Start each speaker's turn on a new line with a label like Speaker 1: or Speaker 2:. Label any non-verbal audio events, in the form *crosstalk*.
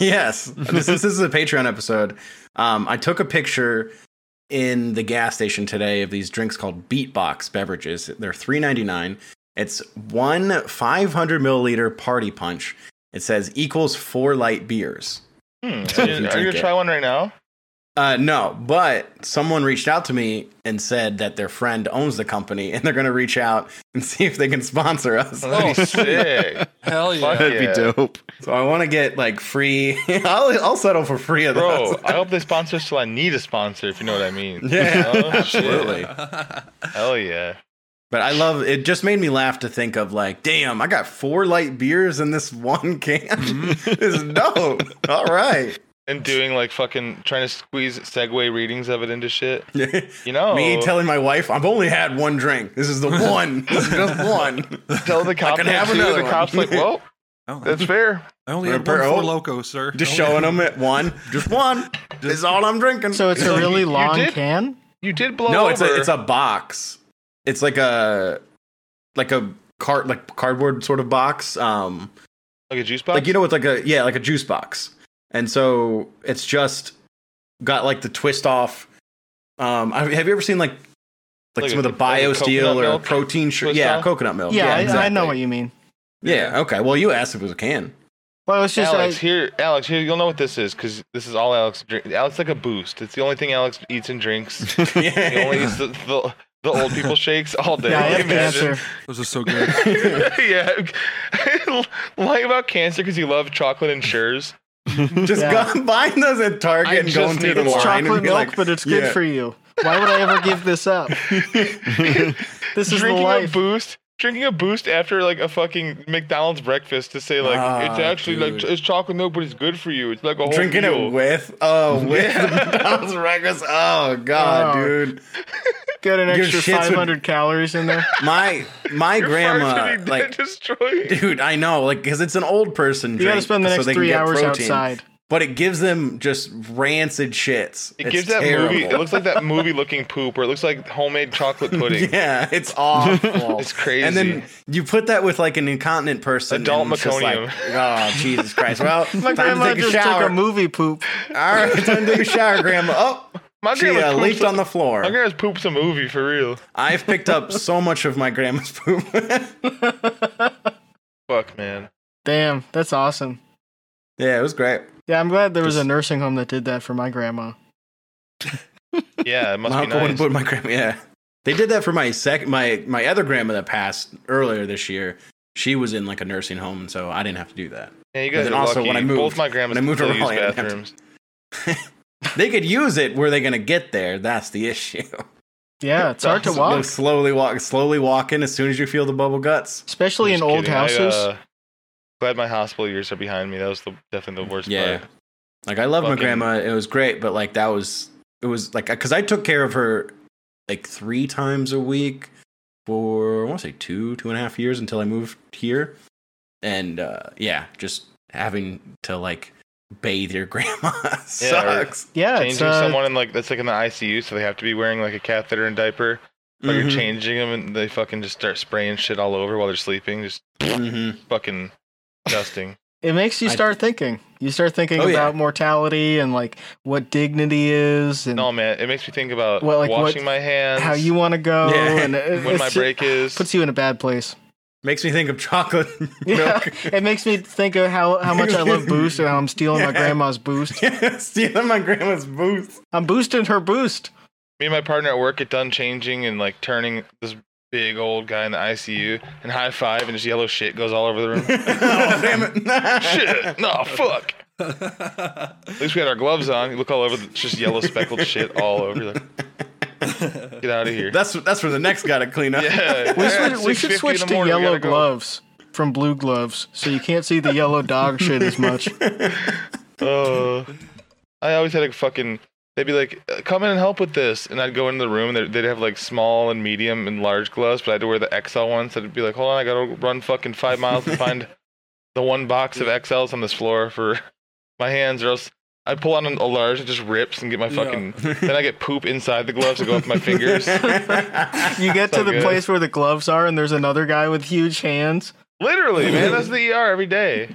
Speaker 1: yes, this, is- this is a Patreon episode. Um, I took a picture in the gas station today of these drinks called Beatbox beverages. They're three ninety nine. It's one five hundred milliliter party punch. It says equals four light beers.
Speaker 2: Hmm.
Speaker 1: So if you
Speaker 2: Are you, are you
Speaker 1: drink
Speaker 2: gonna try one right now?
Speaker 1: Uh, no, but someone reached out to me and said that their friend owns the company and they're going to reach out and *laughs* see if they can sponsor us.
Speaker 2: Oh, *laughs* sick,
Speaker 3: Hell
Speaker 2: Fuck
Speaker 3: yeah.
Speaker 4: That'd
Speaker 2: yeah.
Speaker 4: be dope.
Speaker 1: So I want to get like free. *laughs* I'll, I'll settle for free of
Speaker 2: *laughs* bro.
Speaker 1: those.
Speaker 2: I hope they sponsor us till I need a sponsor. If you know what I mean.
Speaker 1: Yeah,
Speaker 2: *laughs* Oh, shit.
Speaker 1: *laughs* absolutely.
Speaker 2: Hell yeah.
Speaker 1: But I love it. Just made me laugh to think of like, damn, I got four light beers in this *laughs* one can.
Speaker 5: Mm-hmm.
Speaker 1: this is dope. All
Speaker 5: *laughs*
Speaker 1: right,
Speaker 2: And doing like fucking trying to squeeze segue readings of it into shit. You know,
Speaker 5: Oh.
Speaker 1: me telling my wife I've only had one drink. This
Speaker 5: *laughs*
Speaker 1: is the one. This is just one.
Speaker 2: tell *laughs* the cop
Speaker 1: can
Speaker 2: that
Speaker 1: have
Speaker 2: too,
Speaker 1: another
Speaker 2: The
Speaker 1: one.
Speaker 2: cop's like, well,
Speaker 3: Oh,
Speaker 2: *laughs* that's fair.
Speaker 3: I only
Speaker 1: Or
Speaker 3: had one
Speaker 1: per-
Speaker 3: four
Speaker 1: oh,
Speaker 3: loco, sir.
Speaker 1: Just
Speaker 3: Only-
Speaker 1: showing them at one. Just one. This is all I'm drinking.
Speaker 5: So it's a really
Speaker 2: you
Speaker 5: long
Speaker 2: did-
Speaker 5: can.
Speaker 2: You did blow
Speaker 1: no
Speaker 2: over.
Speaker 1: it's a it's a box it's like a like a cart like cardboard sort of box um
Speaker 2: like a juice box.
Speaker 1: like you know it's like a yeah like a juice box and so it's just got like the twist off um I- have you ever seen like like,
Speaker 2: Like
Speaker 1: some
Speaker 2: a-
Speaker 1: of the
Speaker 2: like a
Speaker 1: bio
Speaker 2: coconut
Speaker 1: steel or
Speaker 2: milk?
Speaker 1: protein sh-
Speaker 2: Twist
Speaker 1: yeah
Speaker 2: off?
Speaker 1: coconut milk
Speaker 5: yeah, I, I
Speaker 1: exactly.
Speaker 5: know what you mean.
Speaker 1: yeah okay well you asked if it was a
Speaker 5: *laughs*
Speaker 1: can
Speaker 5: Well, it's just
Speaker 2: Alex,
Speaker 5: I,
Speaker 2: here, Alex, here, you'll know what this is because this is all Alex. Drink. Alex like a boost. It's the only thing Alex eats and drinks. he only eats the, the, the old people shakes all day.
Speaker 5: yeah, I
Speaker 2: Can you
Speaker 5: have
Speaker 2: imagine?
Speaker 5: cancer.
Speaker 3: Those are so good.
Speaker 2: yeah, *laughs* lying about cancer because you love chocolate and Sures.
Speaker 1: *laughs* just *laughs*
Speaker 5: Yeah.
Speaker 1: go buying those at Target
Speaker 2: I
Speaker 1: and going
Speaker 2: just
Speaker 1: through
Speaker 2: need
Speaker 1: the
Speaker 2: a
Speaker 1: line and
Speaker 5: Chocolate
Speaker 1: be
Speaker 5: milk,
Speaker 1: like,
Speaker 5: but it's good
Speaker 1: yeah.
Speaker 5: for you. Why would I ever give
Speaker 1: *laughs*
Speaker 5: this up? this is the
Speaker 2: drinking a
Speaker 5: life.
Speaker 2: boost, drinking a boost after like a fucking McDonald's breakfast to say like
Speaker 1: Ah,
Speaker 2: it's actually like
Speaker 1: dude.
Speaker 2: it's chocolate milk, but it's good for you. It's like a whole
Speaker 1: drinking
Speaker 2: meal.
Speaker 5: *laughs*
Speaker 1: it with oh with the McDonald's breakfast. Oh god,
Speaker 5: Oh.
Speaker 1: dude.
Speaker 5: Got an
Speaker 1: Your
Speaker 5: extra
Speaker 1: shits would-
Speaker 5: 500 calories in there.
Speaker 1: My my
Speaker 2: Your farts
Speaker 1: grandma
Speaker 2: would
Speaker 1: *laughs*
Speaker 2: be
Speaker 1: like
Speaker 2: destroyed.
Speaker 1: dude, I know like cuz it's an old person drink.
Speaker 5: You got to spend the
Speaker 1: so
Speaker 5: next
Speaker 1: they can
Speaker 5: three
Speaker 1: get
Speaker 5: hours
Speaker 1: protein,
Speaker 5: outside.
Speaker 1: But it gives them just rancid shits.
Speaker 2: It
Speaker 1: It's
Speaker 2: gives that
Speaker 1: terrible.
Speaker 2: movie.
Speaker 1: *laughs*
Speaker 2: It looks like that movie-looking poop, or it looks like homemade chocolate pudding.
Speaker 1: yeah,
Speaker 2: *laughs*
Speaker 1: it's awful.
Speaker 2: It's crazy.
Speaker 1: And then you put that with like an incontinent person.
Speaker 2: Adult
Speaker 1: and it's just
Speaker 2: meconium.
Speaker 1: Like, oh Jesus
Speaker 2: *laughs*
Speaker 1: Christ! Well,
Speaker 5: My
Speaker 1: time to
Speaker 5: grandma
Speaker 1: take a
Speaker 5: just
Speaker 1: shower.
Speaker 5: took a movie poop.
Speaker 1: All right, time to take a shower, Grandma. Oh,
Speaker 2: *laughs* my
Speaker 1: she
Speaker 2: grandma's
Speaker 1: uh,
Speaker 2: poops
Speaker 1: leaked
Speaker 2: a-
Speaker 1: on the floor.
Speaker 2: *laughs* My grandma's poops a movie for real.
Speaker 1: I've picked up so much of my grandma's poop. *laughs*
Speaker 2: Fuck, man.
Speaker 5: Damn, that's awesome.
Speaker 1: yeah, it was great.
Speaker 5: Yeah, I'm glad there was a
Speaker 1: Just-
Speaker 5: nursing home that did that for my grandma.
Speaker 2: Yeah, it must
Speaker 1: my
Speaker 2: be
Speaker 1: uncle would
Speaker 2: nice.
Speaker 1: put my grandma. Yeah, they did that for my second, my my other grandma that passed earlier this year. She was in like a nursing home, and so I didn't have to do that.
Speaker 2: Yeah, you
Speaker 1: And
Speaker 2: guys
Speaker 1: then
Speaker 2: are
Speaker 1: also,
Speaker 2: lucky.
Speaker 1: when I moved-
Speaker 2: Both my grandmas
Speaker 1: when I moved to
Speaker 2: still use
Speaker 1: Raleigh, *laughs* I didn't have to-
Speaker 2: bathrooms.
Speaker 1: They could use it. Were they going to get there? That's the issue. *laughs*
Speaker 5: Yeah, it's hard to
Speaker 2: That's-
Speaker 5: walk,
Speaker 1: Look, slowly walk, slowly walk in as soon as you feel the bubble guts.
Speaker 5: especially in
Speaker 2: Just
Speaker 5: old
Speaker 2: kidding.
Speaker 5: houses.
Speaker 2: I, uh, glad my hospital years are behind me. That was the, definitely the worst
Speaker 1: Yeah.
Speaker 2: part.
Speaker 1: Like I love my
Speaker 2: Fucking-
Speaker 1: grandma. It was great, but like that was it was like because I took care of her like three times a week for I want to say two two and a half years until I moved here, and uh, yeah, just having to like bathe your *laughs* grandma sucks.
Speaker 5: yeah, it's,
Speaker 2: Changing
Speaker 5: uh,
Speaker 2: someone in like that's like in the ICU, so they have to be wearing like a catheter and diaper. But
Speaker 1: Mm-hmm.
Speaker 2: you're changing them, and they fucking just start spraying shit all over while they're sleeping, just
Speaker 1: Mhm.
Speaker 2: fucking
Speaker 5: *laughs*
Speaker 2: dusting.
Speaker 5: it makes you
Speaker 1: I-
Speaker 5: start thinking. You start thinking
Speaker 1: Oh, yeah.
Speaker 5: about mortality and like what dignity is and
Speaker 2: No, man, it makes me think about
Speaker 5: Well, like, what-
Speaker 2: washing my hands.
Speaker 5: how you want to go.
Speaker 1: Yeah.
Speaker 5: And uh, it,
Speaker 2: *laughs* when
Speaker 5: it's
Speaker 2: my
Speaker 5: just-
Speaker 2: break is.
Speaker 5: puts you in a
Speaker 2: *laughs*
Speaker 5: bad place.
Speaker 1: Makes me think of chocolate *laughs*
Speaker 5: Yeah,
Speaker 1: milk.
Speaker 5: *laughs* it makes me think of how, how much I love Boost and how I'm
Speaker 2: *laughs*
Speaker 5: stealing my
Speaker 1: Yeah.
Speaker 5: grandma's Boost.
Speaker 1: *laughs* Stealing my grandma's *laughs* booth.
Speaker 5: I'm boosting
Speaker 2: *laughs*
Speaker 5: her Boost.
Speaker 2: me and my partner at work get done changing and like turning this big old guy in the ICU and high five, and just yellow shit goes all over the room.
Speaker 1: oh, damn it. *laughs*
Speaker 2: shit, no, fuck. At least we had our gloves on. You look all over, the, it's just yellow speckled shit all over. You're Like, get out of here.
Speaker 1: That's that's for the next guy to clean up.
Speaker 2: yeah,
Speaker 5: We
Speaker 2: yeah,
Speaker 5: should,
Speaker 2: it's
Speaker 5: we should
Speaker 2: 6:50 in
Speaker 5: switch
Speaker 2: the
Speaker 5: to
Speaker 2: morning, we
Speaker 5: yellow
Speaker 2: gotta go.
Speaker 5: gloves from blue gloves so you can't see the yellow dog shit as much.
Speaker 2: *laughs* Uh, I always had a fucking. They'd be like, "Uh, "Come in and help with this," and I'd go into the room and they'd- they'd have like small and medium and large gloves, but I had to wear the XL ones. So it'd be like, "Hold on, I gotta run fucking five miles to find *laughs* the one box of XLs on this floor for *laughs* my hands, or else." I pull on a large, it just rips and get my
Speaker 3: Yeah.
Speaker 2: fucking. Then I get poop inside the gloves to go up my
Speaker 1: *laughs*
Speaker 2: fingers.
Speaker 5: You get to
Speaker 2: So
Speaker 5: the
Speaker 2: good.
Speaker 5: place where the gloves are and there's another guy with huge hands.
Speaker 2: Literally, man, that's the ER every day.